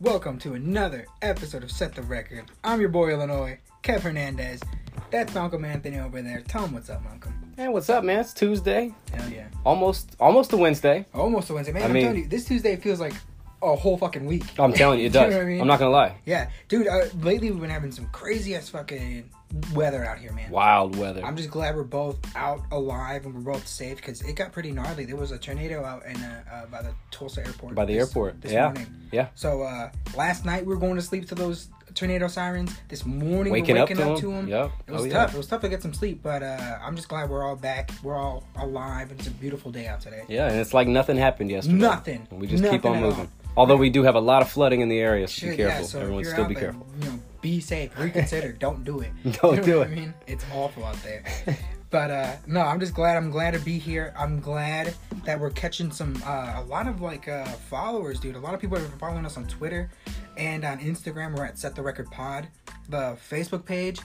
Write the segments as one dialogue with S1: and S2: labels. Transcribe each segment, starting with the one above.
S1: Welcome to another episode of Set the Record. I'm your boy Illinois, Kev Hernandez. That's Malcolm Anthony over there. Tell him what's up, Malcolm.
S2: Man, what's up, man? It's Tuesday,
S1: Hell yeah.
S2: almost almost to Wednesday.
S1: Almost a Wednesday. Man,
S2: I
S1: I am
S2: mean-
S1: telling you, this Tuesday feels like a whole fucking week.
S2: Oh, I'm telling you, it
S1: Do
S2: does.
S1: know what I mean?
S2: I'm not gonna lie.
S1: Yeah. Dude, uh, lately we've been having some crazy ass fucking weather out here, man.
S2: Wild weather.
S1: I'm just glad we're both out alive and we're both safe because it got pretty gnarly. There was a tornado out in uh, uh, by the Tulsa airport.
S2: By the
S1: this-
S2: airport,
S1: This
S2: yeah.
S1: morning.
S2: Yeah.
S1: So uh, last night we were going to sleep to those tornado sirens. This morning
S2: waking,
S1: we're waking up,
S2: up
S1: to them.
S2: Yep.
S1: It was
S2: oh,
S1: tough. It was tough to get some sleep, but uh, I'm just glad we're all back. We're all alive. and It's a beautiful day out today.
S2: Yeah. yeah, and it's like nothing happened yesterday.
S1: Nothing.
S2: And we just keep
S1: Nothing
S2: on
S1: at all.
S2: moving. Although we do have a lot of flooding in the area, so
S1: Shit,
S2: be careful.
S1: Yeah, so if
S2: Everyone,
S1: you're
S2: still
S1: out
S2: be
S1: there,
S2: careful.
S1: You know, be safe. Reconsider. Don't do it.
S2: Don't
S1: you know
S2: do
S1: what
S2: it.
S1: I mean, it's awful out there. But uh, no, I'm just glad. I'm glad to be here. I'm glad that we're catching some uh, a lot of like uh, followers, dude. A lot of people have been following us on Twitter and on Instagram. We're at Set the Record Pod. The Facebook page,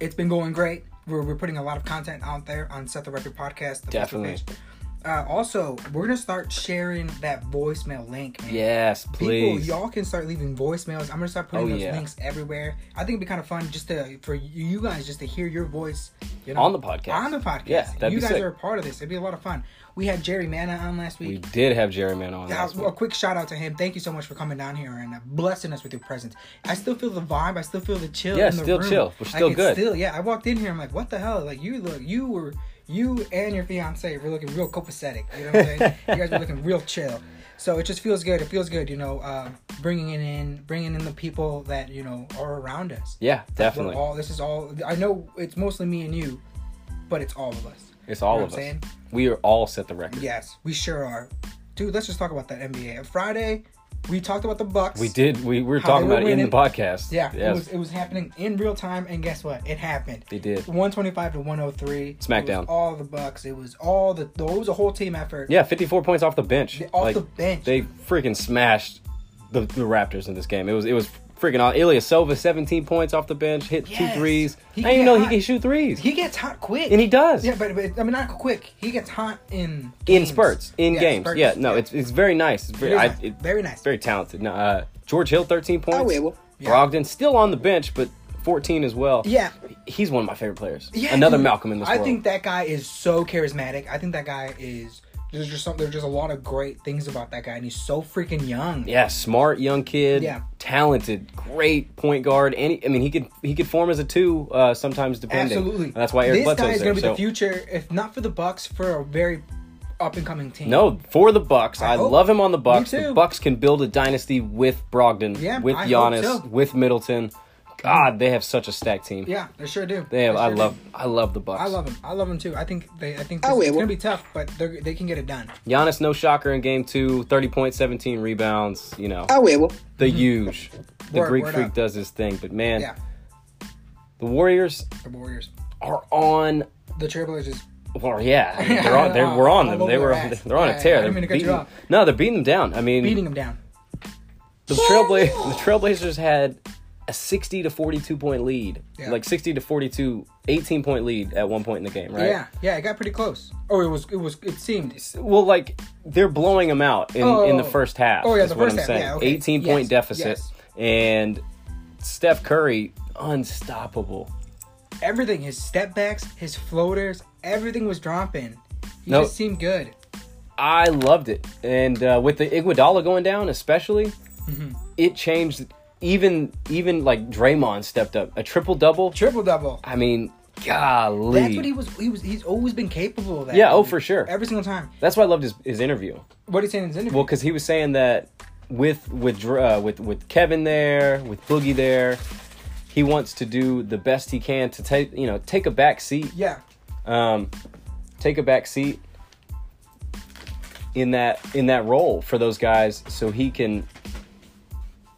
S1: it's been going great. We're, we're putting a lot of content out there on Set the Record Podcast. The Facebook
S2: Definitely.
S1: page. Uh, also, we're gonna start sharing that voicemail link, man.
S2: Yes,
S1: People,
S2: please.
S1: y'all can start leaving voicemails. I'm gonna start putting
S2: Oh,
S1: those
S2: yeah.
S1: links everywhere. I think it'd be kind of fun just to for you you guys just to hear your voice, you know,
S2: On the podcast.
S1: on the podcast.
S2: Yeah, that'd
S1: you
S2: be
S1: guys
S2: sick.
S1: are a part of this. It'd be a lot of fun. We had Jerry Manna on last
S2: we
S1: week.
S2: did have Jerry Man on.
S1: That
S2: Last
S1: was-
S2: week.
S1: a quick shout out to him. Thank you so much for coming down here and uh, blessing us with your presence. I still feel the vibe. I still feel the chill.
S2: Yeah,
S1: in the
S2: still
S1: room.
S2: chill. We're
S1: Like,
S2: still
S1: it's
S2: good.
S1: Still, yeah. I walked in here. I'm like, what the hell? Like you look, you were, you and your fiance were looking real copacetic. You know what I'm saying? you guys were looking real chill. So it just feels good. It feels good, you know, uh, bringing it in, bringing in the people that you know are around us.
S2: Yeah,
S1: We're
S2: definitely.
S1: all this is all. I know it's mostly me and you, but it's all of us.
S2: it's all
S1: you know
S2: of
S1: what I'm
S2: us. We are all set the record.
S1: Yes, we sure are. Dude, let's just talk about that NBA. On Friday, we talked about the Bucks.
S2: We did. We, we were
S1: How
S2: talking
S1: they were
S2: about it in the
S1: winning.
S2: podcast.
S1: Yeah, it
S2: Yes.
S1: was it was happening in real time, and guess what? It happened.
S2: They did.
S1: 125 to 103. It
S2: Smackdown.
S1: was all the Bucks. It was all the. It was a whole team effort.
S2: Yeah, 54 points off the bench.
S1: Off
S2: Like,
S1: the bench.
S2: They freaking smashed the, the Raptors in this game. It was it was freaking on. Ilya Silva, 17 points off the bench, hit
S1: Yes.
S2: two threes.
S1: He
S2: I
S1: can
S2: didn't even know
S1: get
S2: he
S1: hot.
S2: can shoot threes.
S1: he gets hot quick.
S2: and he does.
S1: Yeah, but, but I mean not quick. He gets hot in
S2: in
S1: games.
S2: spurts, in
S1: Yeah,
S2: games.
S1: spurts.
S2: Yeah, no, it's it's very nice. It's very,
S1: very,
S2: I,
S1: nice.
S2: it-
S1: very nice.
S2: very talented. No, uh, George Hill, 13 points.
S1: will. Yeah.
S2: Brogdon still on the bench, but 14 as well.
S1: Yeah.
S2: He's one of my favorite players.
S1: Yeah,
S2: Another
S1: dude,
S2: Malcolm in this
S1: I
S2: world.
S1: think that guy is so charismatic. I think that guy is there's just something there's just a lot of great things about that guy, and he's so freaking young.
S2: Yeah, smart young kid.
S1: Yeah.
S2: Talented, great point guard. Any, I mean, he could he could form as a two uh, sometimes depending.
S1: Absolutely.
S2: And that's why Eric
S1: this
S2: Bledsoe's
S1: guy is
S2: there.
S1: gonna be
S2: so.
S1: the future, if not for the Bucks, for a very up and coming team.
S2: No, for the Bucks. I,
S1: hope.
S2: love him on the Bucks.
S1: too.
S2: The Bucks can build a dynasty with Brogdon,
S1: Yeah,
S2: with
S1: I hope
S2: Giannis,
S1: so.
S2: with Middleton. God, they have such a stacked team.
S1: Yeah, they sure do.
S2: They have,
S1: They
S2: I
S1: sure
S2: love
S1: do.
S2: I love the Bucks.
S1: I love them. I love them too. I think they. I think
S2: Oh,
S1: this,
S2: wait,
S1: it's
S2: well-
S1: gonna be tough, but they they can get it done.
S2: Giannis no shocker in game 2, 30 points, 17 rebounds, you know.
S3: huevo.
S2: The huge. The
S1: Oh. Word-
S2: Greek
S1: word
S2: freak
S1: up.
S2: does his thing, but man,
S1: Yeah,
S2: the Warriors
S1: the Warriors,
S2: are on
S1: the Trailblazers.
S2: Well, yeah, I mean, they're on. They're, we're on
S1: All
S2: them. They
S1: over
S2: were.
S1: their ass.
S2: They're on
S1: Yeah,
S2: a tear.
S1: I
S2: They're
S1: didn't mean to cut you
S2: beating-
S1: off.
S2: no, they're beating them down. I mean,
S1: beating them down.
S2: the Trailbla- the Trailblazers had a sixty to forty-two point lead,
S1: Yeah.
S2: like sixty to 42, 18 point lead at one point in the game, right?
S1: Yeah, yeah, it got pretty close. Oh, it was, it was, it seemed.
S2: Well, like they're blowing them out in, in the
S1: Oh.
S2: first half.
S1: Oh, yeah,
S2: is
S1: the
S2: what
S1: first
S2: I'm
S1: half.
S2: saying.
S1: Yeah, okay.
S2: Eighteen point
S1: Yes,
S2: deficit,
S1: yes.
S2: and Steph Curry unstoppable.
S1: Everything, his step backs, his floaters, everything was dropping. He
S2: No.
S1: just seemed good.
S2: I loved it, and uh, with the Iguodala going down, especially, it changed. Even even like Draymond stepped up, a triple double.
S1: Triple double.
S2: I mean, golly,
S1: That's what he was. He was. He's always been capable of that.
S2: Yeah, oh,
S1: dude.
S2: for sure.
S1: Every single time.
S2: That's why I loved his, his interview.
S1: What he said in his interview.
S2: Well, because he was saying that with with Dr- uh, with with Kevin there, with Boogie there, he wants to do the best he can to take you know take a back seat
S1: yeah.
S2: um, take a back seat in that in that role for those guys, so he can,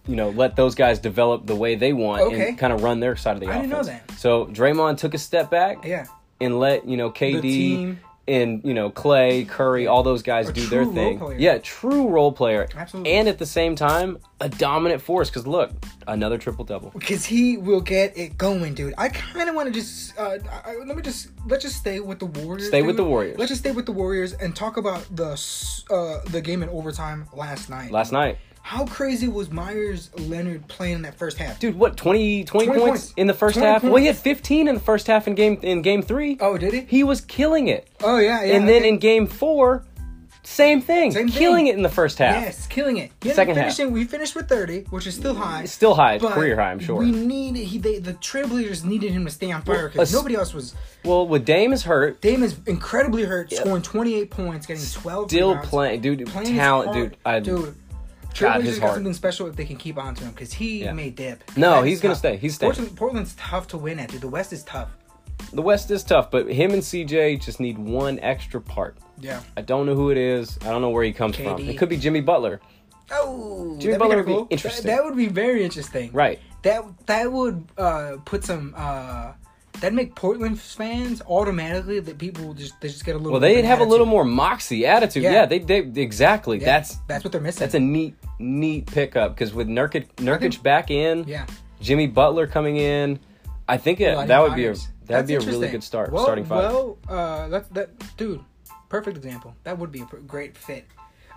S2: you know, let those guys develop the way they want
S1: Okay.
S2: and kind of run their side of the
S1: I
S2: offense.
S1: didn't know that.
S2: So Draymond took a step back,
S1: Yeah.
S2: and let you know KD
S1: team.
S2: and you know Clay, Curry, all those guys
S1: A
S2: do
S1: true
S2: their
S1: role
S2: thing.
S1: player.
S2: Yeah, true role player,
S1: Absolutely.
S2: and at the same time a dominant force. Because look, another triple double.
S1: Cause he will get it going, dude. I kind of want to just uh, I, I- let me just let's just stay with the Warriors.
S2: Stay with
S1: dude.
S2: the Warriors.
S1: Let's just stay with the Warriors and talk about the s- uh, the game in overtime last night.
S2: Last night,
S1: How crazy was Myers Leonard playing in that first half?
S2: Dude, what 20, 20
S1: 20
S2: points,
S1: points.
S2: in the first
S1: 20
S2: half? Well, he had
S1: points.
S2: 15 in the first half in game in game 3.
S1: Oh, did he?
S2: He was killing it.
S1: Oh yeah, yeah.
S2: and then
S1: okay.
S2: in game 4, same thing.
S1: Same thing.
S2: killing it in the first half.
S1: Yes, killing it. He ended up
S2: Second half.
S1: finishing, We finished with 30, which is still high.
S2: It's still high, it's
S1: but
S2: career high, I'm sure.
S1: We need he they the Trailblazers needed him to stay on fire because
S2: let's-
S1: nobody else was.
S2: Well, with Dame is hurt,
S1: Dame is incredibly hurt, scoring 28 points, getting 12.
S2: still
S1: rebounds,
S2: playing, dude.
S1: playing his
S2: talent,
S1: heart-
S2: dude. I,
S1: dude.
S2: God,
S1: Trailblazers
S2: his
S1: got
S2: heart.
S1: something special if they can keep on to him because he
S2: Yeah.
S1: may dip.
S2: No,
S1: That's
S2: he's gonna
S1: tough.
S2: stay. He's staying.
S1: Portland, Portland's tough to win at, dude. The West is tough.
S2: The West is tough, but him and CJ just need one extra part.
S1: Yeah.
S2: I don't know who it is. I don't know where he comes from.
S1: KD.
S2: It could be Jimmy Butler.
S1: Oh,
S2: Jimmy
S1: that'd
S2: Butler
S1: kinda
S2: would be interesting.
S1: That, that would be very interesting.
S2: Right.
S1: That that would uh, put some. Uh, that'd make Portland fans automatically that people will just they just get a little.
S2: Well, they
S1: bit of
S2: have a little
S1: attitude.
S2: more moxie attitude.
S1: Yeah.
S2: Yeah, they, they exactly.
S1: Yeah,
S2: That's
S1: that's what they're missing.
S2: that's a neat neat pickup because with Nurkic Nurkic back in,
S1: yeah.
S2: Jimmy Butler coming in, I think it,
S1: Starting
S2: that would be a
S1: fives. That's
S2: that'd be a really
S1: interesting.
S2: good start.
S1: Well,
S2: starting five.
S1: Well, uh, that that dude, perfect example. That would be a pr- great fit.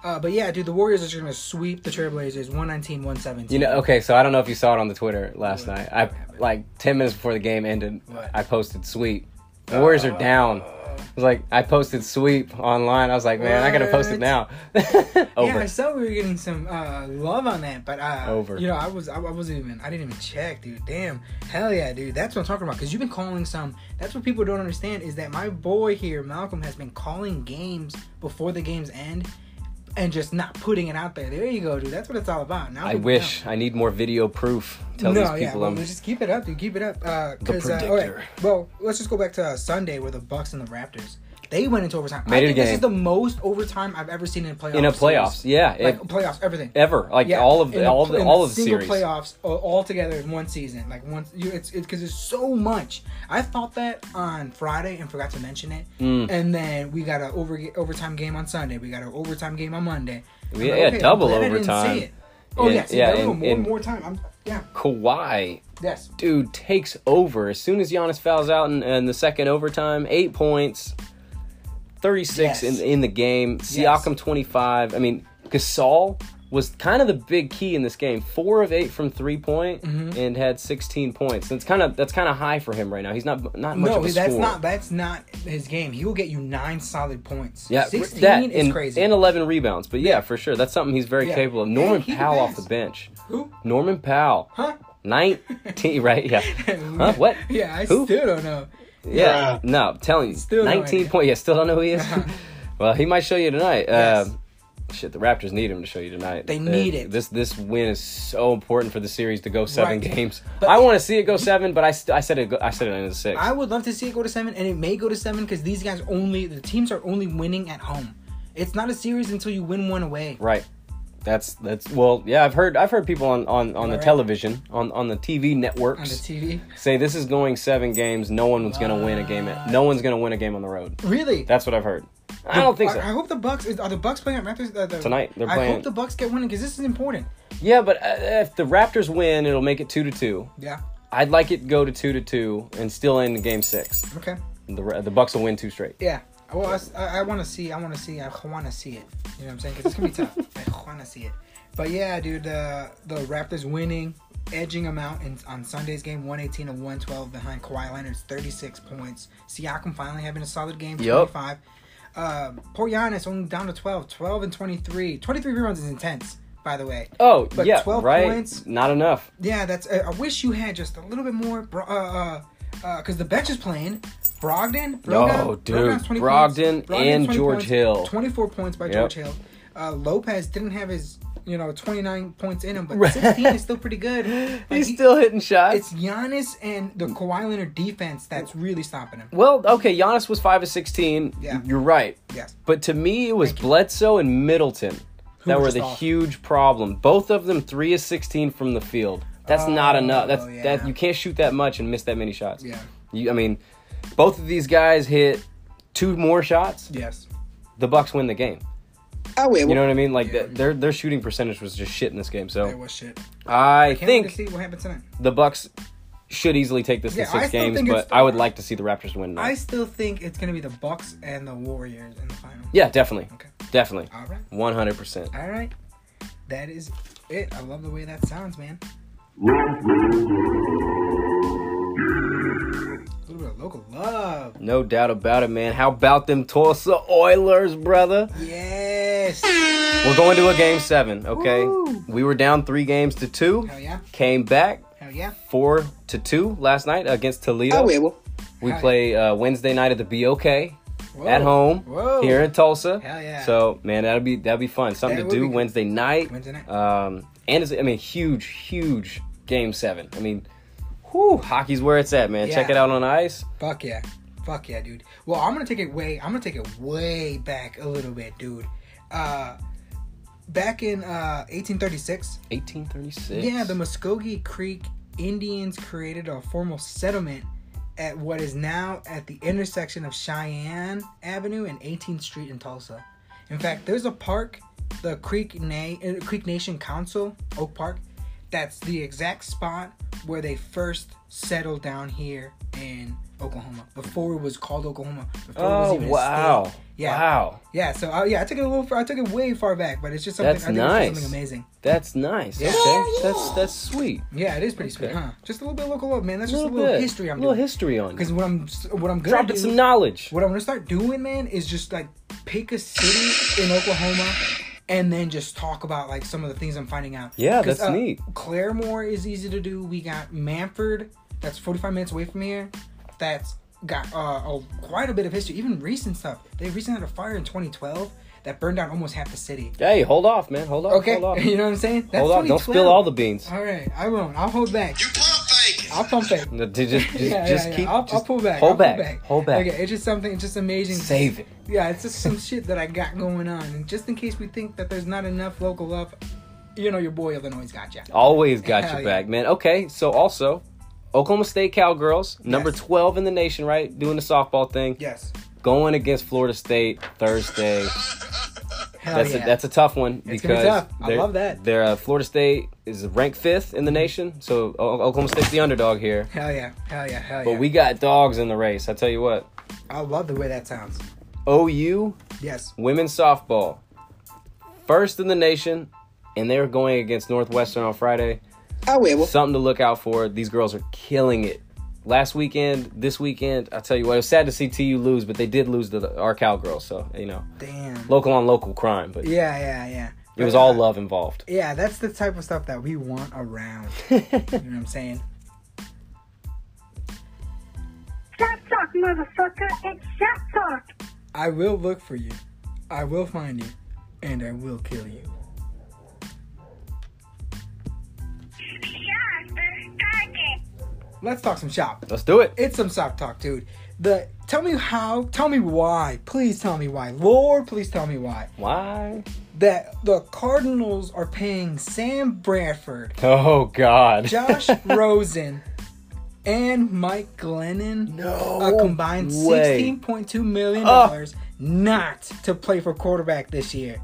S1: Uh, but yeah, dude, the Warriors are just gonna sweep the Trailblazers, 119, 117.
S2: You know, okay, so I don't know if you saw it on the Twitter last
S1: What?
S2: night. I like ten minutes before the game ended,
S1: What? Uh,
S2: I posted sweep. The Warriors are down. It was like I posted sweep online. I was like, man, I gotta post
S1: What?
S2: it now. Oh,
S1: Yeah, I
S2: Over.
S1: saw we were getting some uh, love on that, but uh,
S2: Over.
S1: You know, I was I, I wasn't even I didn't even check, dude. Damn, hell yeah, dude. That's what I'm talking about. Cause you've been calling some. That's what people don't understand is that my boy here, Malcolm, has been calling games before the games end, and just not putting it out there. There you go, dude. That's what it's all about. Now
S2: I
S1: people
S2: wish
S1: know.
S2: I need more video proof. Tell
S1: no,
S2: these people
S1: yeah, well,
S2: I'm
S1: just keep it up, dude. Keep it up. Uh, cause, uh, all
S2: predictor.
S1: right, well, let's just go back to uh, Sunday where the Bucks and the Raptors. They went into overtime. I
S2: Made it a
S1: think this
S2: game.
S1: is the most overtime I've ever seen in a playoffs.
S2: in a
S1: series.
S2: playoffs. Yeah,
S1: like
S2: it-
S1: playoffs, everything.
S2: ever like
S1: Yeah,
S2: all of the,
S1: in a-
S2: all of
S1: in
S2: the,
S1: a
S2: all of the
S1: single
S2: series.
S1: playoffs all, all together in one season. Like once you, it's it's because there's so much. I thought that on Friday and forgot to mention it.
S2: Mm.
S1: And then we got an over overtime game on Sunday. We got an overtime game on Monday. I'm
S2: We had double
S1: glad I didn't
S2: overtime.
S1: see it. Oh
S2: And-
S1: yeah, see,
S2: yeah,
S1: double
S2: and-
S1: more
S2: and-
S1: more time. I'm, yeah,
S2: Kawhi,
S1: yes.
S2: dude, takes over as soon as Giannis fouls out in, in the second overtime. Eight points, thirty six
S1: Yes.
S2: in in the game. Siakam twenty five. I mean, Gasol was kind of the big key in this game. Four of eight from three point
S1: Mm-hmm.
S2: and had sixteen points. That's kind of that's kind of high for him right now. He's not not much
S1: No,
S2: of a
S1: that's
S2: scorer.
S1: not that's not his game. He will get you nine solid points.
S2: Yeah,
S1: sixteen
S2: that
S1: is
S2: and,
S1: crazy.
S2: and 11 rebounds. But yeah, for sure. That's something he's very
S1: Yeah.
S2: capable of. Norman
S1: And he
S2: Powell off
S1: advanced.
S2: the bench.
S1: Who?
S2: Norman Powell.
S1: Huh?
S2: 19, right? Yeah. Huh? What?
S1: Yeah, I
S2: Who?
S1: still don't know.
S2: Yeah. No, I'm telling you.
S1: Still no
S2: 19
S1: idea. Uh-huh.
S2: point. Yeah, still don't know who he is. well, he might show you tonight.
S1: Yes.
S2: Um, shit, the Raptors need him to show you tonight. Uh,
S1: They need it.
S2: This this win is so important for the series to go seven
S1: Right.
S2: games.
S1: But-
S2: I want to see it go seven, but I, st- I said it go- I said it in the six.
S1: I would love to see it go to seven, and it may go to seven because these guys only the teams are only winning at home. It's not a series until you win one away.
S2: Right. That's that's well, yeah. I've heard I've heard people on on on the
S1: Alright.
S2: television on on the TV
S1: On the
S2: networks
S1: TV,
S2: say this is going seven games. No one's gonna win a game. At, no one's gonna win a game on the road.
S1: really?
S2: That's what I've heard. I don't think
S1: I, I
S2: so.
S1: hope the Bucks is- are the Bucks playing at Raptors uh, the-
S2: Tonight, they're
S1: I
S2: playing-
S1: hope the Bucks get winning because this is important.
S2: Yeah, but uh, if the Raptors win, it'll make it two to two.
S1: Yeah.
S2: I'd like it to go to two to two and still end game six.
S1: Okay.
S2: The Ra- the Bucks will win two straight.
S1: Yeah. Well, I s- I, want to see. I want to see. I want to see it. You know what I'm saying? 'Cause it's gonna be tough. I want to see it. But yeah, dude, the the Raptors winning, edging them out in, on Sunday's game, 118 to 112 behind Kawhi Leonard's 36 points. Siakam finally having a solid game,
S2: Yup.
S1: 25. Uh, poor Giannis only down to 12, 12 and 23. 23 rebounds is intense, by the way.
S2: Oh
S1: But
S2: yeah,
S1: 12
S2: right.
S1: points-
S2: Not enough.
S1: Yeah, that's. Uh, I wish you had just a little bit more. Bro- uh, uh, uh, because the bench is playing. Brogdon, Brogdon
S2: dude.
S1: Brogdon's 20
S2: Brogdon
S1: points. 20
S2: and George
S1: points.
S2: Hill.
S1: Twenty-four points by
S2: Yep.
S1: George Hill. Uh, Lopez didn't have his, you know, twenty-nine points in him, but sixteen is still pretty good. Like,
S2: He's
S1: he-
S2: still hitting shots.
S1: It's Giannis and the Kawhi Leonard defense that's really stopping him.
S2: Well, okay, Giannis was five of sixteen.
S1: Yeah.
S2: You're right.
S1: Yes.
S2: But to me, it was Bledsoe and Middleton that
S1: were
S2: were
S1: just
S2: the
S1: off.
S2: huge problem. Both of them three of sixteen from the field. That's not
S1: Oh,
S2: enough. That's that
S1: yeah.
S2: you can't shoot that much and miss that many shots.
S1: Yeah.
S2: You, I mean, both of these guys hit two more shots.
S1: Yes.
S2: The Bucks win the game.
S1: Oh wait,
S2: You know what I mean? Like
S1: Yeah.
S2: th- their their shooting percentage was just shit in this game.
S1: That
S2: So
S1: was shit. Can't
S2: I
S1: wait to
S2: think
S1: see what happens tonight.
S2: the Bucks should easily take this
S1: Yeah,
S2: to
S1: I
S2: six
S1: still
S2: games,
S1: think it's-
S2: but I would like to see the Raptors win. Now.
S1: I still think it's gonna be the Bucks and the Warriors in the final.
S2: yeah, definitely,
S1: Okay.
S2: definitely,
S1: All right.
S2: one hundred percent.
S1: All right. That is it. I love the way that sounds, man. A little bit of local love.
S2: No doubt about it, man. How about them Tulsa Oilers, brother?
S1: Yes.
S2: We're going to a game seven, okay?
S1: Woo.
S2: We were down three games to two,
S1: Hell yeah.
S2: came back
S1: Hell yeah.
S2: four to two last night against Toledo.
S3: I
S1: Oh,
S3: will.
S2: We
S1: Hell
S2: play uh, Wednesday night at the BOK
S1: Whoa.
S2: at home
S1: Whoa.
S2: here in Tulsa.
S1: Hell yeah.
S2: So man, that'll be that'll be fun. Something
S1: That
S2: to
S1: would
S2: do
S1: be cool.
S2: Wednesday night.
S1: Wednesday night.
S2: Um, and it's, I mean, huge, huge game seven. I mean, whew, hockey's where it's at, man. Check
S1: Yeah.
S2: it out on ice.
S1: Fuck yeah. Fuck yeah, dude. Well, I'm gonna take it way I'm gonna take it way back a little bit, dude. Uh back in uh 1836,
S2: 1836.
S1: yeah, the Muskogee Creek Indians created a formal settlement at what is now at the intersection of Cheyenne Avenue and 18th Street in Tulsa. In fact, there's a park, the Creek, Na- uh, Creek Nation Council, Oak Park, that's the exact spot where they first settled down here in Oklahoma before it was called Oklahoma. Before it was
S2: Oh
S1: even a
S2: wow!
S1: state. Yeah.
S2: Wow,
S1: Yeah. So uh, yeah, I took it a little. Far, I took it way far back, but it's just something.
S2: That's
S1: I think it's just
S2: nice.
S1: something amazing.
S2: that's nice.
S1: Yeah.
S2: Okay, that's that's sweet.
S1: Yeah, it is pretty sweet,
S2: Okay.
S1: huh? Just a little bit of local love, man. That's
S2: A
S1: just a
S2: little,
S1: little
S2: bit.
S1: history I'm
S2: a little
S1: doing.
S2: history on
S1: Because
S2: you.
S1: what I'm what I'm gonna
S2: Dropping
S1: do,
S2: some knowledge.
S1: what I'm gonna start doing, man, is just like pick a city in Oklahoma, and then just talk about like some of the things I'm finding out.
S2: Yeah,
S1: 'Cause, uh,
S2: that's neat.
S1: Claremore is easy to do. We got Manford, that's 45 minutes away from here. That's got uh, a, quite a bit of history, even recent stuff. They recently had a fire in 2012 that burned down almost half the city.
S2: Hey, hold off, man. Hold off.
S1: Okay,
S2: Hold off.
S1: you know what I'm saying? That's
S2: hold off. Don't
S1: 2012.
S2: spill all the beans.
S1: All right, I won't. I'll hold back.
S4: You pump faking.
S1: I'll pump it.
S2: No, dude, Just, just,
S1: yeah,
S2: just
S1: yeah, yeah.
S2: keep.
S1: I'll,
S2: just
S1: I'll pull back.
S2: Hold
S1: I'll pull
S2: back. Hold back.
S1: Okay, it's just something. It's just amazing.
S2: Save it.
S1: Yeah, it's just some shit that I got going on, and just in case we think that there's not enough local love, you know your boy Illinois got you.
S2: Always got
S1: Hell
S2: your
S1: yeah.
S2: back, man. Okay, so also, Oklahoma State Cowgirls, number
S1: Yes.
S2: 12 in the nation, right? Doing the softball thing,
S1: Yes.
S2: going against Florida State Thursday.
S1: Hell
S2: That's
S1: yeah.
S2: a, that's a tough one
S1: It's gonna be
S2: because
S1: tough. I
S2: they're-
S1: love that.
S2: They're uh, Florida State is ranked fifth in the nation, so o- Oklahoma State's the underdog here.
S1: hell yeah. Hell yeah. Hell yeah.
S2: But we got dogs in the race. I tell you what,
S1: I love the way that sounds.
S2: OU
S1: Yes.
S2: women's softball, first in the nation, and they're going against Northwestern on Friday.
S3: I will.
S2: Something to look out for. These girls are killing it. Last weekend, this weekend, I tell you what, it was sad to see TU lose, but they did lose to the, our Cowgirls. So you know,
S1: Damn.
S2: local on local crime, but
S1: Yeah. Yeah. Yeah.
S2: it was all love involved.
S1: Yeah, that's the type of stuff that we want around. You know what I'm saying?
S5: Shut talk, motherfucker. It's shut talk.
S1: I will look for you. I will find you, and I will kill you.
S5: Shut the target.
S1: Let's talk some shop.
S2: Let's do it.
S1: It's some soft talk, dude. The tell me how, tell me why, please tell me why, Lord, please tell me why
S2: Why?
S1: that the Cardinals are paying Sam Bradford,
S2: Oh God.
S1: Josh Rosen, and Mike Glennon
S2: No
S1: a combined
S2: way.
S1: sixteen point two million
S2: Ah.
S1: dollars not to play for quarterback this year.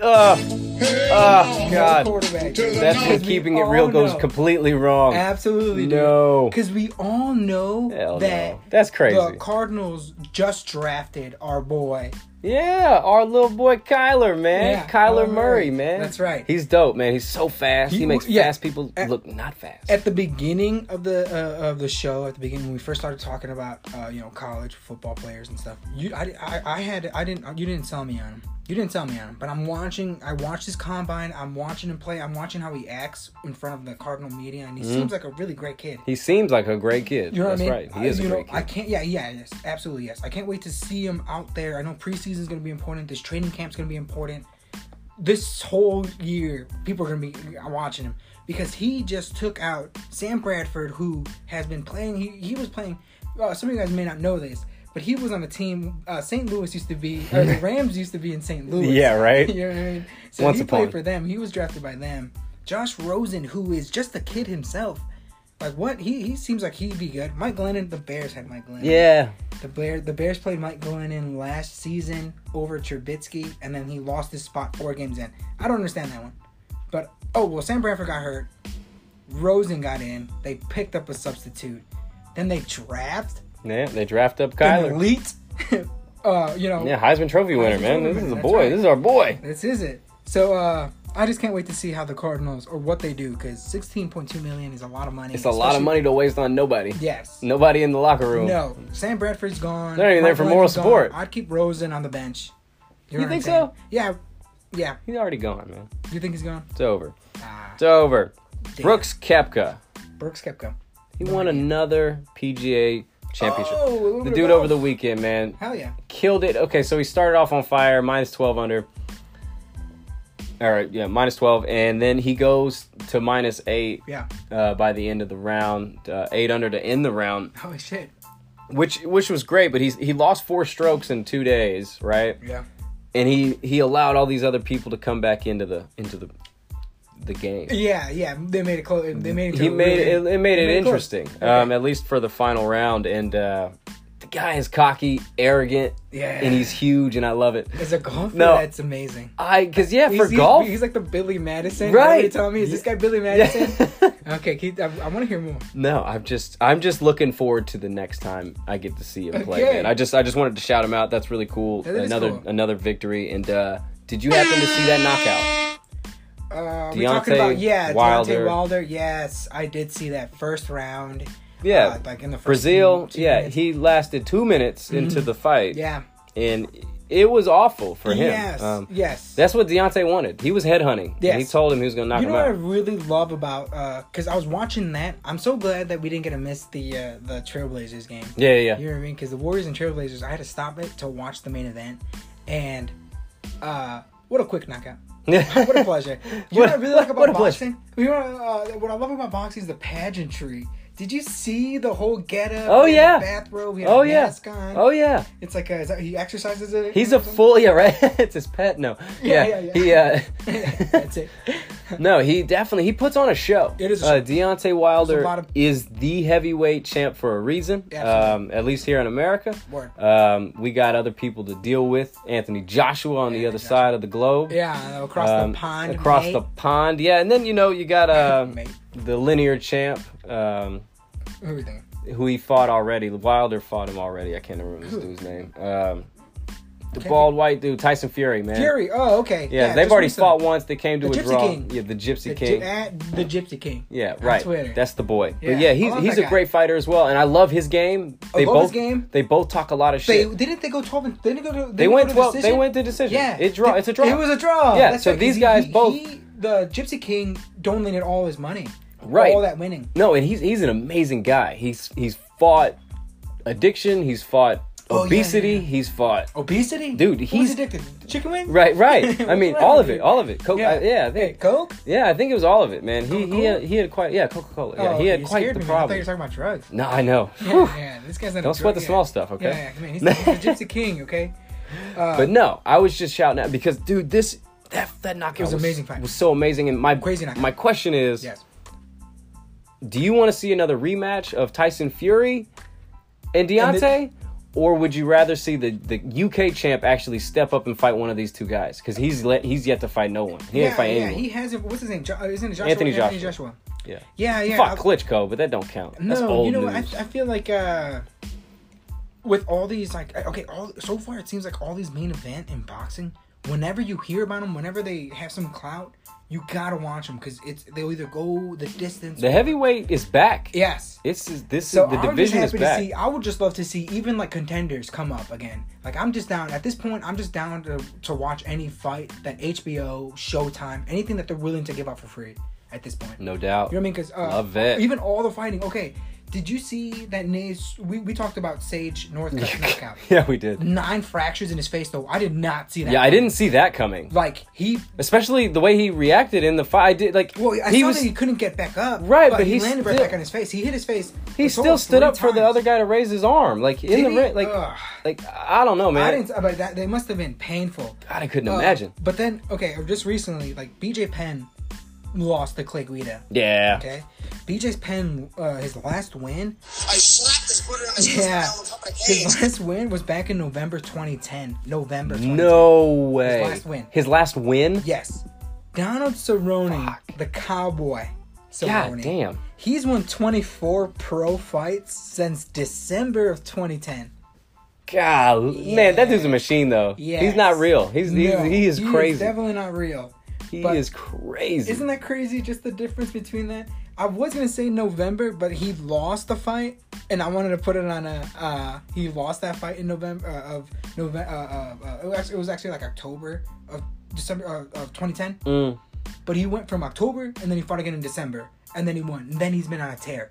S2: Ugh. oh
S1: No
S2: God.
S1: quarterback.
S2: That's when keeping it
S1: Oh,
S2: real goes
S1: no.
S2: completely wrong.
S1: Absolutely,
S2: No.
S1: Because we all know
S2: Hell
S1: that
S2: no. That's crazy.
S1: the Cardinals just drafted our boy
S2: Yeah, our little boy Kyler, man.
S1: Yeah,
S2: Kyler
S1: Kyler
S2: Murray,
S1: Murray.
S2: man.
S1: That's right.
S2: He's dope, man. He's so fast. He,
S1: He-
S2: makes
S1: yeah.
S2: fast people
S1: At-
S2: look not fast.
S1: at the beginning of the uh, of the show, at the beginning when we first started talking about uh, you know college football players and stuff, you I, I, I had I didn't you didn't sell me on him. You didn't sell me on him. But I'm watching. I watched his combine. I'm watching him play. I'm watching how he acts in front of the Cardinal media, and he
S2: Mm-hmm.
S1: seems like a really great kid.
S2: he seems like a great kid.
S1: You know
S2: That's
S1: what I mean?
S2: right. He is
S1: I,
S2: a
S1: you
S2: great
S1: know, I
S2: kid.
S1: can't. Yeah, yeah, yes, absolutely, yes. I can't wait to see him out there. I know preseason is going to be important. This training camp's going to be important. This whole year, people are going to be watching him because he just took out Sam Bradford, who has been playing. He, he was playing. Uh, some of you guys may not know this, but he was on a team. Uh, St. Louis used to be, or the Rams used to be in St. Louis.
S2: Yeah, right?
S1: you know what I mean? So
S2: Once
S1: he
S2: upon.
S1: played for them. He was drafted by them. Josh Rosen, who is just a kid himself. Like what? He he seems like he'd be good. Mike Glennon, the Bears had Mike Glennon.
S2: yeah.
S1: The Bear the Bears played Mike Glennon last season over Trubisky, and then he lost his spot four games in. I don't understand that one. But oh well, Sam Bradford got hurt. Rosen got in. They picked up a substitute. Then they draft
S2: Yeah, they draft up
S1: an
S2: Kyler.
S1: elite. uh, you know,
S2: Yeah, Heisman Trophy winner,
S1: Heisman
S2: man.
S1: Trophy
S2: This is
S1: winner,
S2: a
S1: that's
S2: boy.
S1: right.
S2: This is our boy.
S1: This is it. So uh I just can't wait to see how the Cardinals or what they do because 16.2 million is a lot of money.
S2: It's a lot of
S1: especially-
S2: money to waste on nobody.
S1: Yes.
S2: Nobody in the locker room.
S1: No, Sam Bradford's gone.
S2: They're not even there
S1: Mike
S2: for moral
S1: Williams is
S2: support.
S1: I'd keep Rosen on the bench.
S2: You
S1: know what
S2: think
S1: I'm saying?
S2: so?
S1: Yeah, yeah.
S2: He's already gone, man.
S1: You think he's gone?
S2: It's over.
S1: Ah,
S2: It's over.
S1: damn.
S2: Brooks Kepka.
S1: Brooks kept going.
S2: He won another PGA championship.
S1: Oh, we went
S2: the
S1: to
S2: dude
S1: golf.
S2: over the weekend, man.
S1: Hell yeah.
S2: Killed it. Okay, so he started off on fire, minus 12 under. All right, yeah, minus 12. And then he goes to minus 8
S1: Yeah.
S2: uh, by the end of the round, uh, 8 under to end the round,
S1: Holy shit.
S2: which which was great, but he's, he lost four strokes in two days, right?
S1: Yeah.
S2: and he he allowed all these other people to come back into the into the the game.
S1: Yeah, yeah. They made it close. They made it. to
S2: He
S1: a
S2: made it,
S1: really-
S2: it made it
S1: Really cool.
S2: interesting, um, at least for the final round. And uh, the guy is cocky, arrogant,
S1: Yeah.
S2: and he's huge, and I love it.
S1: As a golfer,
S2: No.
S1: that's amazing.
S2: I because yeah, for
S1: he's, he's-
S2: golf,
S1: he's like the Billy Madison.
S2: Right.
S1: Right. You telling me is this guy Billy Madison?
S2: Yeah.
S1: okay, keep, I, I want to hear more.
S2: no, I'm just I'm just looking forward to the next time I get to see him play.
S1: Okay.
S2: Man, I just I just wanted to shout him out. That's really cool.
S1: That is
S2: another
S1: cool.
S2: another victory. And uh, did you happen to see that knockout?
S1: Uh,
S2: Deontay
S1: we talking about yeah,
S2: Wilder.
S1: Deontay Wilder. Yes, I did see that first round.
S2: Yeah,
S1: uh, like in the first
S2: Brazil.
S1: two
S2: Yeah,
S1: minutes.
S2: he lasted two minutes into the fight.
S1: Mm-hmm. yeah,
S2: and it was awful for him.
S1: yes,
S2: Um,
S1: yes.
S2: That's what Deontay wanted. He was headhunting. Yeah,
S1: Yes.
S2: He told him he was going to knock
S1: you know
S2: him
S1: what I
S2: out.
S1: really love about because I was watching that. I'm so glad that we didn't get to miss the uh, the Trailblazers game.
S2: Yeah, yeah,
S1: You
S2: yeah.
S1: know what I mean? Because the Warriors and Trailblazers, I had to stop it to watch the main event, and uh, what a quick knockout. what a pleasure. You
S2: What-
S1: know what I really like
S2: what
S1: about
S2: a pleasure.
S1: boxing? You know, uh, what I love about boxing is the pageantry. Did you see the whole getup?
S2: Oh,
S1: He had
S2: yeah.
S1: a bathrobe. He had
S2: oh
S1: a
S2: yeah.
S1: mask on.
S2: Oh yeah.
S1: It's like a, is that, he exercises it.
S2: He's
S1: or
S2: a
S1: something?
S2: full yeah right. it's his pet. No. Yeah.
S1: Yeah, yeah,
S2: He. Uh,
S1: That's it.
S2: no, he definitely he puts on a show.
S1: It is a
S2: uh,
S1: show.
S2: Deontay Wilder
S1: There's a lot of-
S2: is the heavyweight champ for a reason. Um,
S1: Absolutely.
S2: at least here in America.
S1: Word.
S2: Um, we got other people to deal with. Anthony Joshua on the
S1: Anthony
S2: other
S1: Joshua.
S2: side of the globe.
S1: Yeah, across
S2: Um,
S1: the pond.
S2: Across
S1: mate.
S2: the pond, yeah. And then you know you got uh,
S1: Mate.
S2: the linear champ, um,
S1: everything.
S2: who he fought already. Wilder fought him already. I can't remember this
S1: Who?
S2: dude's name. Um, the
S1: Okay.
S2: bald white dude, Tyson Fury, man.
S1: Fury. Oh, okay.
S2: Yeah, they've already fought
S1: one.
S2: once. They came to
S1: The
S2: a
S1: Gypsy
S2: draw.
S1: King.
S2: Yeah, the Gypsy
S1: The,
S2: King.
S1: Gy- at the Gypsy King.
S2: yeah,
S1: on
S2: right.
S1: Twitter.
S2: That's the boy.
S1: Yeah,
S2: But yeah,
S1: I
S2: he's
S1: love
S2: he's
S1: that
S2: a
S1: guy.
S2: great fighter as well, and I love his game. They
S1: love
S2: both
S1: his game.
S2: they both talk a lot of
S1: They
S2: shit.
S1: didn't they go twelve and didn't they go to didn't
S2: They
S1: go
S2: went
S1: to
S2: twelve. They
S1: decision?
S2: went to decision.
S1: Yeah,
S2: it draw.
S1: It-
S2: It's a draw.
S1: It was a draw.
S2: Yeah, so
S1: right, 'cause
S2: these
S1: he-
S2: guys
S1: he-
S2: both-
S1: he- the Gypsy King donated all his money,
S2: Right.
S1: All that winning.
S2: No, and he's he's an amazing guy. He's he's fought addiction. He's fought
S1: Oh, yeah,
S2: obesity.
S1: yeah, yeah.
S2: He's fought
S1: Obesity,
S2: Dude,
S1: Who's
S2: he's-
S1: addicted. to Chicken wing,
S2: right, right. I
S1: What's
S2: mean,
S1: wrong
S2: all
S1: with
S2: of it,
S1: you?
S2: all of it. Coke, yeah.
S1: Yeah.
S2: I, yeah, I
S1: Hey,
S2: think,
S1: Coke.
S2: yeah, I think it was all of it, man. He he had,
S1: Coca-Cola?
S2: he had quite yeah, Coca Cola. Yeah,
S1: Oh,
S2: he had
S1: you
S2: quite
S1: scared
S2: the
S1: me, man. I thought you were
S2: problem.
S1: talking about drugs.
S2: No, I know. Whew.
S1: Yeah, yeah, this guy's not a
S2: Don't
S1: drug-
S2: sweat the
S1: yeah.
S2: small stuff, okay?
S1: Yeah, yeah, come in. He's, he's the Gypsy King, okay? Uh,
S2: But no, I was just shouting out because dude, this that that knockout
S1: was amazing fight.
S2: Was so amazing, and my
S1: Crazy knockout.
S2: my question is,
S1: yes,
S2: do you want to see another rematch of Tyson Fury and Deontay?
S1: And the-
S2: or would you rather see the, the UK champ actually step up and fight one of these two guys? Because he's let, he's yet to fight no one. He didn't
S1: yeah,
S2: fight
S1: yeah.
S2: anyone.
S1: He has a, what's his name? Jo- uh, isn't it Joshua?
S2: Anthony
S1: Anthony
S2: Joshua.
S1: Joshua.
S2: yeah.
S1: Yeah, yeah.
S2: Fought
S1: I-
S2: Klitschko, but that don't count. That's
S1: No,
S2: old
S1: you know what? I,
S2: news.
S1: I feel like uh, with all these, like, okay, all so far it seems like all these main event in boxing, whenever you hear about them, whenever they have some clout, you gotta watch them because it's they'll either go the distance.
S2: the heavyweight is back.
S1: yes.
S2: It's is- this
S1: So
S2: is the
S1: I'm
S2: division is
S1: just happy
S2: back.
S1: to see. I would just love to see even like contenders come up again. Like I'm just down at this point. I'm just down to to watch any fight that HBO, Showtime, anything that they're willing to give out for free at this point.
S2: no doubt.
S1: You know what I mean? Because uh,
S2: Love it.
S1: Even all the fighting. Okay, did you see that Nays? We, we talked about Sage Northcutt knockout.
S2: yeah, we did.
S1: Nine fractures in his face, though. I did not see that.
S2: Yeah, I
S1: coming.
S2: didn't see that coming.
S1: Like he,
S2: Especially the way he reacted in the fight. I did like
S1: well, I
S2: he
S1: saw
S2: was
S1: that he couldn't get back up.
S2: Right, but
S1: he,
S2: he
S1: landed right
S2: still-
S1: back on his face. He hit his face.
S2: he still stood up for the other guy to raise his arm. Like in
S1: Did
S2: the
S1: he?
S2: ring, like
S1: Ugh.
S2: like I don't know, man.
S1: I didn't. But that they must have been painful.
S2: God, I couldn't
S1: Uh,
S2: imagine.
S1: But then, okay, just recently, like BJ Penn lost to Clay Guida.
S2: Yeah.
S1: Okay, BJ Penn, uh, his last win,
S3: I slapped his foot on his face and
S1: Yeah.
S3: held him up in a cage.
S1: His last win was back in November 2010. November 2010.
S2: No way.
S1: last win.
S2: His last win?
S1: Yes. Donald Cerrone,
S2: Fuck.
S1: the cowboy.
S2: God
S1: Cerrone.
S2: damn.
S1: He's won 24 pro fights since December of 2010.
S2: God, man, that dude's a machine though.
S1: Yeah.
S2: He's not real. He's, he's he is crazy.
S1: definitely not real.
S2: He
S1: But-
S2: is crazy.
S1: Isn't that crazy? Just the difference between that. I was gonna say November, but he lost the fight, and I wanted to put it on a. Uh, he lost that fight in November uh, of November. Uh, uh, uh, it, was actually, it was actually like October of December uh, of 2010.
S2: Mm.
S1: But he went from October, and then he fought again in December, and then he won. And then he's been on a tear.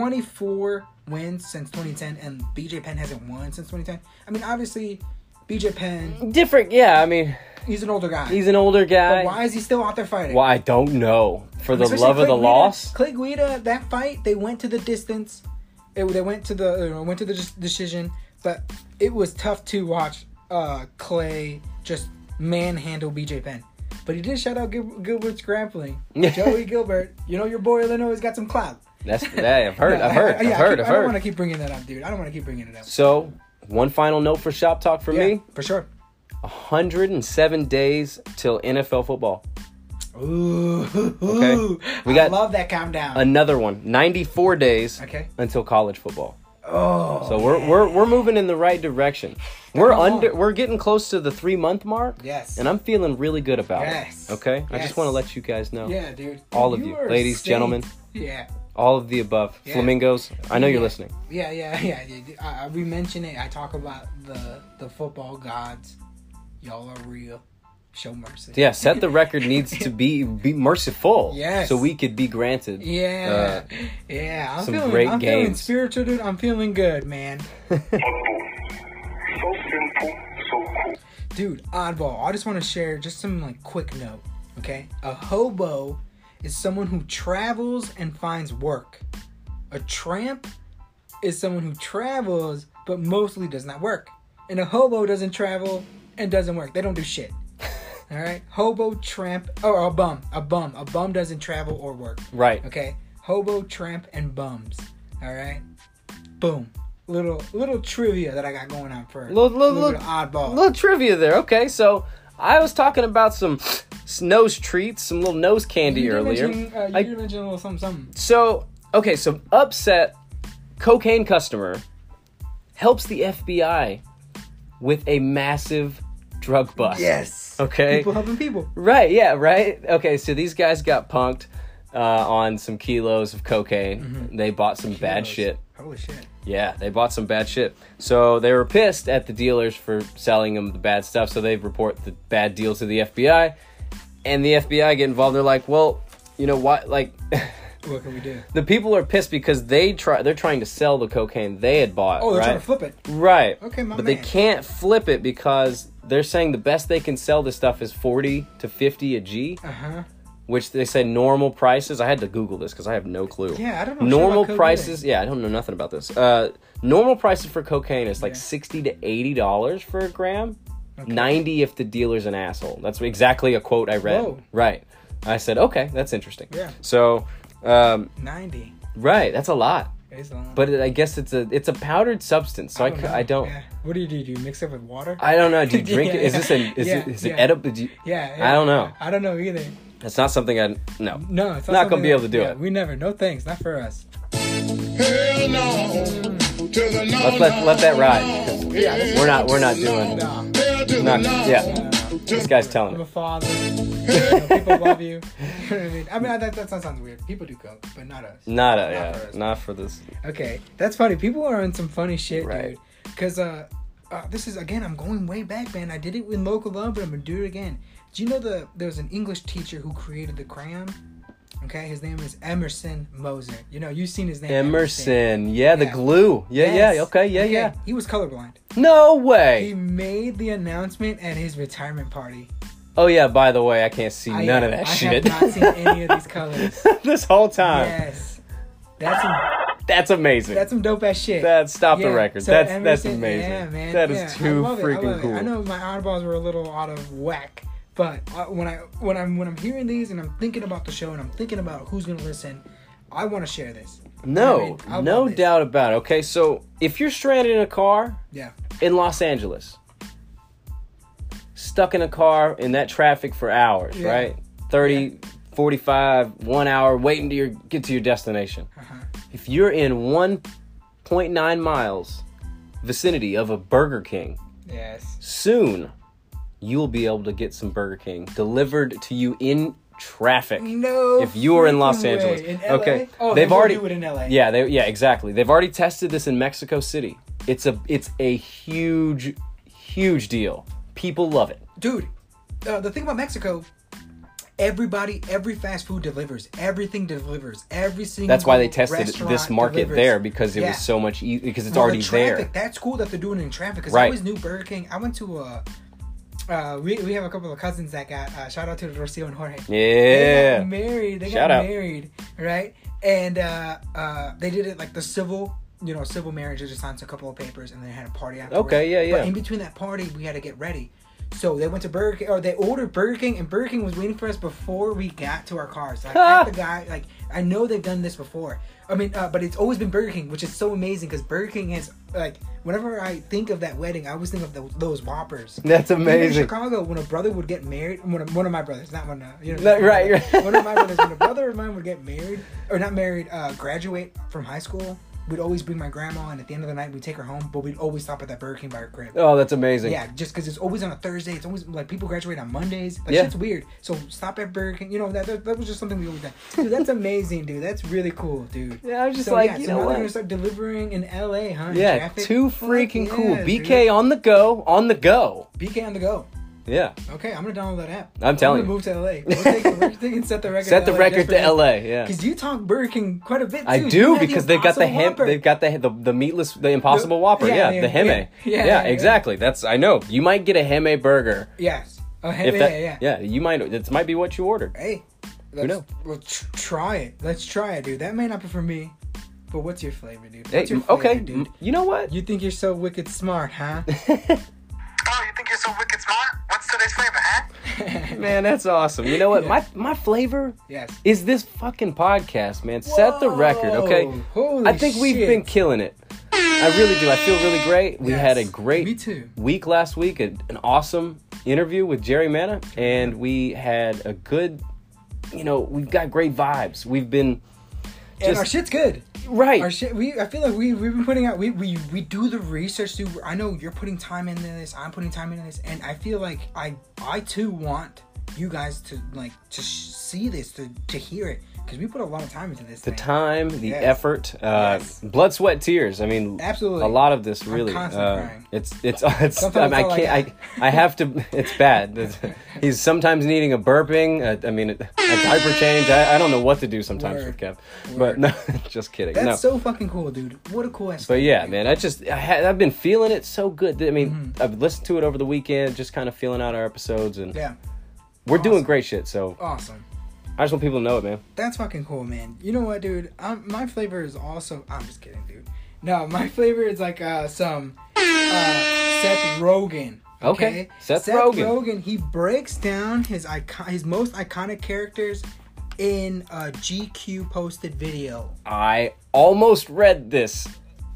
S1: 24 wins since 2010, and BJ Penn hasn't won since 2010. I mean, obviously, BJ Penn,
S2: Different, yeah. I mean,
S1: he's an older guy.
S2: he's an older
S1: but
S2: guy.
S1: why is he still out there fighting?
S2: Well, I don't know. For the
S1: Especially
S2: love of
S1: Clay
S2: the
S1: Guida-
S2: loss,
S1: Clay Guida, that fight, they went to the distance. It, they went to the uh, went to the dis- decision, but it was tough to watch uh, Clay just manhandle BJ Penn. But he did shout out Gil- Gilbert's grappling.
S2: Yeah.
S1: Joey Gilbert, you know your boy Illinois has got some clout.
S2: that's that. I've heard, I've heard, I've
S1: Yeah, I
S2: heard,
S1: keep-
S2: I've
S1: I don't want to
S2: heard.
S1: keep bringing that up, dude. I don't want to keep bringing it up.
S2: So, one final note for Shop Talk for
S1: yeah,
S2: me:
S1: for sure.
S2: 107 days till NFL football.
S1: Ooh,
S2: We
S1: we got
S2: got-
S1: love that countdown.
S2: Another one: 94 days
S1: Okay.
S2: until college football.
S1: oh,
S2: So we're, we're we're moving in the right direction. We're
S1: Come on.
S2: under we're getting close to the three month mark.
S1: Yes.
S2: And I'm feeling really good about
S1: Yes.
S2: it. Okay? I just
S1: Yes.
S2: want to let you guys know.
S1: yeah, dude.
S2: all of you,
S1: are a
S2: ladies,
S1: saint.
S2: gentlemen.
S1: Yeah.
S2: All of the above.
S1: Yeah.
S2: Flamingos. I know you're
S1: Yeah.
S2: listening.
S1: Yeah, yeah, yeah. yeah. I, I, we mention it. I talk about the the football gods. Y'all are real. Show mercy.
S2: Yeah, set the record needs to be be merciful.
S1: Yes.
S2: So we could be granted.
S1: Yeah, yeah. I'm
S2: Uh, some
S1: feeling.
S2: great
S1: I'm feeling
S2: games.
S1: spiritual, dude. I'm feeling good, man.
S4: So simple, so cool.
S1: Dude, oddball. I just want to share just some like quick note. Okay, a hobo is someone who travels and finds work. A tramp is someone who travels but mostly does not work. And a hobo doesn't travel and doesn't work. They don't do shit. All right, hobo, tramp, or a bum, a bum, a bum doesn't travel or work.
S2: Right.
S1: Okay, hobo, tramp, and bums. All right, boom. Little little trivia that I got going on for
S2: Little- little-
S1: bit of oddball.
S2: little trivia there. Okay, so I was talking about some s- nose treats, some little nose candy
S1: You did
S2: earlier.
S1: mention, uh, you
S2: I-
S1: did mention a little something, something.
S2: So, okay, so upset cocaine customer helps the FBI with a massive drug bust. Okay.
S1: People helping people.
S2: Right, yeah, right. Okay, so these guys got punked uh, on some kilos of cocaine. They bought some
S1: Mm-hmm.
S2: bad
S1: Kilos.
S2: shit.
S1: Holy shit.
S2: Yeah, they bought some bad shit. So they were pissed at the dealers for selling them the bad stuff. So they report the bad deal to the FBI, and the FBI get involved. They're like, "Well, you know what? Like,
S1: What can we do?
S2: the people are pissed because they try. They're trying to sell the cocaine they had bought.
S1: Oh, they're
S2: right?
S1: trying to flip it.
S2: Right.
S1: Okay, my
S2: But they
S1: man.
S2: can't flip it because they're saying the best they can sell this stuff is 40 to 50 a G,
S1: Uh huh.
S2: which they say normal prices. I had to Google this because I have no clue.
S1: Yeah, I don't know. shit
S2: Normal
S1: about cocaine.
S2: prices, yeah, I don't know nothing about this. Uh, normal prices for cocaine is like
S1: Yeah.
S2: 60 to 80 dollars for a gram, 90 if the dealer's an asshole. That's exactly a quote I read.
S1: Whoa.
S2: Right. I said, okay, that's interesting.
S1: Yeah.
S2: So, um,
S1: Ninety.
S2: right, that's a lot.
S1: It's a lot.
S2: But it, I guess it's a it's a powdered substance, so I, c-
S1: know.
S2: I don't
S1: Yeah. What do you do? Do you mix it with water?
S2: I don't know. Do you
S1: Yeah,
S2: drink it? Is
S1: yeah.
S2: this an is, it,
S1: Yeah,
S2: is
S1: yeah.
S2: it edible? Do you,
S1: yeah,
S2: I don't know.
S1: I don't know either.
S2: It's not something I no.
S1: No, it's not,
S2: Not gonna be able
S1: something
S2: to do
S1: yeah,
S2: it.
S1: We never. No thanks. Not for us.
S4: Hell no. To the no,
S2: Let's let, let that ride. 'cause
S1: Yeah, this-
S2: We're not we're not doing.
S1: Nah. I'm
S4: Hell to
S2: Not,
S4: the no.
S2: yeah, this guy's telling
S1: Um, a
S2: it.
S1: father. You know, people love you. You know what I mean? I mean, I- that, that sounds weird. People do coke, but not us.
S2: Not a,
S1: Not
S2: yeah,
S1: for us.
S2: not for this.
S1: Okay, that's funny. People are on some funny shit,
S2: Right.
S1: dude. Cause uh, uh, this is again, I'm going way back, man. I did it with local love, but I'm gonna do it again. Do you know the there was an English teacher who created the crayon? Okay, his name is Emerson Moser. You know, you've seen his name.
S2: Emerson, yeah, the
S1: Yeah.
S2: glue, yeah, yeah, okay, yeah,
S1: Okay,
S2: yeah.
S1: He was colorblind.
S2: No
S1: He
S2: way.
S1: made the announcement at his retirement party.
S2: Oh yeah, by the way, I can't see
S1: I- uh,
S2: none of that
S1: I have
S2: shit.
S1: not seen any of these colors.
S2: this whole time.
S1: yes, that's some,
S2: That's amazing.
S1: that's some dope ass shit.
S2: that stop the
S1: Yeah,
S2: record.
S1: so
S2: that's that's
S1: Emerson-
S2: amazing.
S1: Yeah, man.
S2: That is
S1: yeah, I
S2: too
S1: love it, I love
S2: freaking
S1: it.
S2: cool.
S1: I know my oddballs were a little out of whack, but uh, when I when I'm when I'm hearing these and I'm thinking about the show and I'm thinking about who's gonna listen, I want to share this. I
S2: No,
S1: mean, I
S2: no
S1: love this.
S2: doubt about it. Okay, so if you're stranded in a car
S1: Yeah,
S2: in Los Angeles, stuck in a car in that traffic for hours,
S1: Yeah.
S2: right? 30, 45, one hour, waiting to your get to your destination.
S1: uh-huh.
S2: If you're in 1.9 miles vicinity of a Burger King,
S1: yes,
S2: soon you'll be able to get some Burger King delivered to you in traffic.
S1: No.
S2: If you are in Los
S1: freaking way.
S2: Angeles,
S1: In LA?
S2: okay,
S1: Oh,
S2: they've
S1: will
S2: already
S1: do it in LA.
S2: Yeah, they, yeah, exactly. They've already tested this in Mexico City. It's a it's a huge, huge deal. People love it.
S1: dude. Uh, the thing about Mexico, everybody, every fast food delivers. Everything delivers. Every single.
S2: That's why they tested
S1: Mm-hmm. restaurant
S2: this market
S1: delivers.
S2: there because it
S1: Yeah.
S2: was so much easier because it's
S1: Well, the
S2: already
S1: traffic,
S2: there.
S1: That's cool that they're doing it in traffic because I
S2: Right.
S1: always knew Burger King. I went to uh, uh, we, we have a couple of cousins that got uh, shout out to Rocio and Jorge. They
S2: Yeah.
S1: got married. They
S2: Shout
S1: got
S2: out.
S1: married, right? And uh, uh, they did it like the civil, you know, civil marriage. They just signed a couple of papers and they had a party after.
S2: Okay, yeah, yeah.
S1: But in between that party, we had to get ready. So they went to Burger King, or they ordered Burger King, and Burger King was waiting for us before we got to our cars. Like, I the guy, like I know they've done this before. I mean, uh, but it's always been Burger King, which is so amazing because Burger King is like whenever I think of that wedding, I always think of those, those Whoppers.
S2: That's
S1: Even in
S2: amazing.
S1: Chicago, when a brother would get married, one of, one of my brothers, not one, uh, you know,
S2: No, right, right.
S1: one of my brothers, when a brother of mine would get married, or not married, uh, graduate from high school, we'd always bring my grandma, and at the end of the night, we'd take her home, but we'd always stop at that Burger King by her crib.
S2: Oh, that's amazing.
S1: Yeah, just because it's always on a Thursday. It's always like people graduate on Mondays. Like,
S2: Yeah.
S1: shit's weird. So stop at Burger King. You know, that, that, that was just something we always done. Dude, that's amazing, dude. That's really cool, dude.
S2: Yeah, I was just like, you know
S1: now
S2: what?
S1: they're going to start delivering in LA, huh? in
S2: Yeah,
S1: traffic?
S2: too
S1: Fuck
S2: freaking
S1: yeah,
S2: cool.
S1: dude.
S2: BK on the go, on the go.
S1: BK on the go.
S2: Yeah.
S1: Okay, I'm gonna download that app.
S2: I'm telling
S1: gonna Move to LA. We'll take, we'll take and set the record.
S2: Set the record to LA. Yeah.
S1: Because you talk Burger King quite a bit. Too.
S2: I
S1: You
S2: do
S1: had
S2: because they've got the
S1: Impossible
S2: ham,
S1: Whopper.
S2: they've got the the, the meatless, the impossible
S1: The-
S2: whopper.
S1: yeah,
S2: Yeah,
S1: yeah,
S2: the heme.
S1: yeah.
S2: Yeah,
S1: Yeah, yeah,
S2: exactly. That's I know. You might get a heme burger.
S1: yes. Oh, hey,
S2: If
S1: yeah,
S2: that,
S1: yeah, yeah.
S2: you might. This might be what you ordered.
S1: Hey, let's,
S2: know?
S1: Well, tr- try it. Let's try it, dude. That may not be for me, but what's your flavor, dude?
S2: Hey,
S1: What's your
S2: m- okay.
S1: flavor, dude?
S2: m- You know what?
S1: You think you're so wicked smart, huh?
S3: Oh, you think you're so wicked smart? What's today's flavor, huh?
S2: Man, that's awesome. You know what?
S1: Yeah.
S2: My my flavor
S1: yes.
S2: is this fucking podcast, man. Set the record, okay?
S1: Whoa, Holy
S2: I think we've
S1: shit.
S2: been killing it. I really do. I feel really great. We
S1: Yes.
S2: had a great
S1: Me too.
S2: week last week, a- an awesome interview with Jerry Manna, and we had a good, you know, we've got great vibes. We've been
S1: and our
S2: just-
S1: shit's good.
S2: right.
S1: Our shit, we I feel like we we've been putting out we we we do the research, dude. I know you're putting time into this. I'm putting time into this, and I feel like I I too want you guys to like to sh- see this to to hear it because we put a lot of time into this.
S2: the
S1: thing.
S2: time, the
S1: Yes.
S2: effort, uh,
S1: Yes.
S2: blood, sweat, tears. I mean,
S1: Absolutely.
S2: a lot of this really.
S1: constantly
S2: uh,
S1: crying.
S2: It's it's it's. I,
S1: Sometimes
S2: mean, I
S1: all I
S2: can't. I, I have to. It's bad. It's- he's sometimes needing a burping. A, I mean, a, a diaper change. I, I don't know what to do sometimes with Kev. But no, just kidding.
S1: That's
S2: no.
S1: so fucking cool, dude. What a cool ass.
S2: But yeah, man, I just I had, I've been feeling it so good. I mean,
S1: Mm-hmm.
S2: I've listened to it over the weekend, just kind of feeling out our episodes, and
S1: Yeah,
S2: we're
S1: awesome.
S2: doing great shit. So
S1: awesome.
S2: I just want people to know it, man.
S1: That's fucking cool, man. You know what, dude? Um, my flavor is also. I'm just kidding, dude. No, my flavor is like uh, some uh, Seth Rogen.
S2: Okay, Seth Rogen.
S1: He breaks down his icon, his most iconic characters in a GQ posted video.
S2: I almost read this.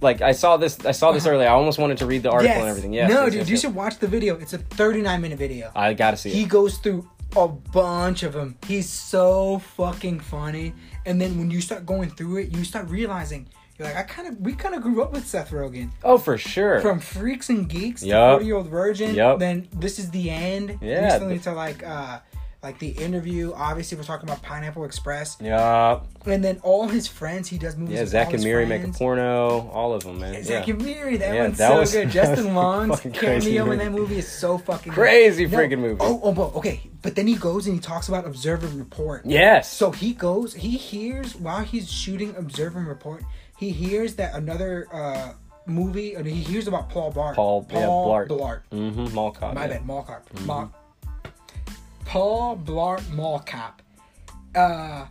S2: Like I saw this, I saw this earlier. I almost wanted to read the article
S1: Uh-huh. Yes.
S2: and everything. Yes,
S1: no,
S2: yes,
S1: dude,
S2: yes,
S1: you
S2: yes.
S1: should watch the video. It's a 39 minute video.
S2: I gotta see
S1: he
S2: it.
S1: goes through a bunch of them. He's so fucking funny. And then when you start going through it, you start realizing you're like, I kind of, we kind of grew up with Seth Rogen
S2: Oh, for sure.
S1: from Freaks and Geeks to
S2: Yup.
S1: Forty Year Old Virgin.
S2: Yup.
S1: Then This Is the End.
S2: Yeah.
S1: Recently to like, uh, like the interview. Obviously, we're talking about Pineapple Express.
S2: yeah,
S1: And then all his friends, he does movies.
S2: yeah.
S1: with all
S2: Zach and
S1: his
S2: Miri
S1: friends.
S2: make a porno. All of them, man.
S1: Zach
S2: yeah.
S1: and Miri, that
S2: Yeah,
S1: one's
S2: that
S1: so
S2: was-
S1: good.
S2: that was
S1: Justin
S2: a
S1: Long's
S2: fucking crazy
S1: cameo in
S2: movie.
S1: that movie is so fucking good.
S2: Crazy freaking movie.
S1: Oh, oh, but okay. But then he goes and he talks about observe and report.
S2: Yes.
S1: So he goes, he hears while he's shooting observe and report, he hears that another uh movie, and he hears about Paul Bart.
S2: Paul- yeah, Blart.
S1: Blart.
S2: mm-hmm. Mall cop.
S1: My
S2: yeah. Mm-hmm.
S1: bad, Mall Cop. Mall- Paul Blart Mall Cop. Uh,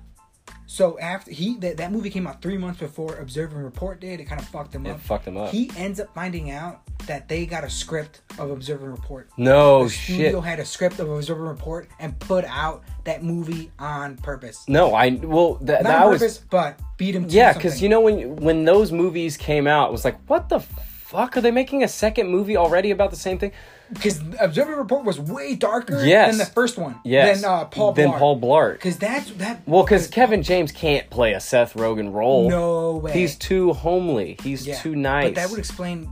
S1: so after he that, that movie came out three months before Observe and Report did, it kind of fucked him
S2: It
S1: up.
S2: fucked him up.
S1: He ends up finding out that they got a script of Observe and Report.
S2: No
S1: the
S2: shit.
S1: studio had a script of Observe and Report and put out that movie on purpose.
S2: No, I well that,
S1: Not
S2: that
S1: on
S2: was
S1: purpose, but beat him. To
S2: yeah,
S1: because
S2: because you know when when those movies came out, it was like what the fuck are they making a second movie already about the same thing?
S1: because Observe and Report was way darker
S2: Yes.
S1: than the first one.
S2: Yes.
S1: Than uh, Paul.
S2: Then
S1: Blart.
S2: Paul Blart.
S1: Because that's that.
S2: Well, because Kevin James can't play a Seth Rogen role.
S1: No way.
S2: He's too homely. He's
S1: Yeah,
S2: too nice.
S1: But that would explain,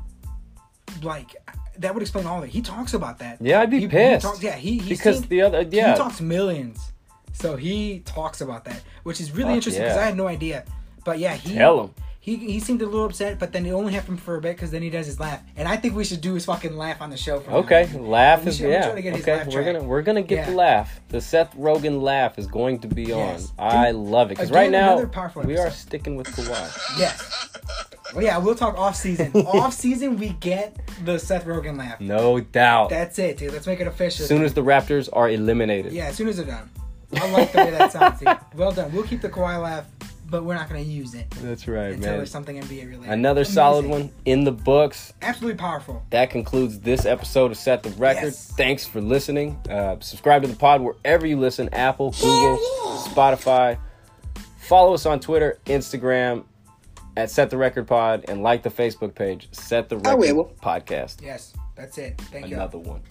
S1: like, that would explain all of it. He talks about that.
S2: Yeah, I'd be
S1: He- he
S2: pissed.
S1: talks- yeah, he he's
S2: Because
S1: seen-
S2: the other- yeah.
S1: he talks millions, so he talks about that, which is really
S2: Fuck
S1: interesting because
S2: yeah.
S1: I had no idea. But yeah, he
S2: Tell 'em.
S1: He, he seemed a little upset, but then it only happened for a bit because then he does his laugh, and I think we should do his fucking laugh on the show. From now
S2: Okay,
S1: on.
S2: laugh
S1: We
S2: is
S1: should- we're
S2: yeah.
S1: trying to get his
S2: Okay,
S1: laugh
S2: we're
S1: track.
S2: gonna we're gonna get the
S1: Yeah.
S2: laugh. The Seth Rogen laugh is going to be on.
S1: Yes.
S2: I love it because
S1: Again,
S2: right now
S1: another powerful
S2: we are
S1: episode.
S2: sticking with Kawhi.
S1: Yes. Well, yeah, we'll talk off season. off season, we get the Seth Rogen laugh.
S2: No doubt.
S1: That's it, dude. Let's make it official.
S2: as soon as the Raptors are eliminated.
S1: yeah, as soon as they're done. I like the way that sounds, dude. Well done. We'll keep the Kawhi laugh, but we're not gonna use it
S2: That's right,
S1: until
S2: man.
S1: there's something NBA related.
S2: Another
S1: Amazing.
S2: solid one in the books.
S1: Absolutely powerful.
S2: That concludes this episode of Set the Record.
S1: Yes.
S2: Thanks for listening. Uh, subscribe to the pod wherever you listen Apple, Google, Spotify. Follow us on Twitter, Instagram at Set the Record Pod, and like the Facebook page, Set the Record
S6: will.
S2: Podcast.
S1: Yes, that's it. Thank you.
S2: Another one.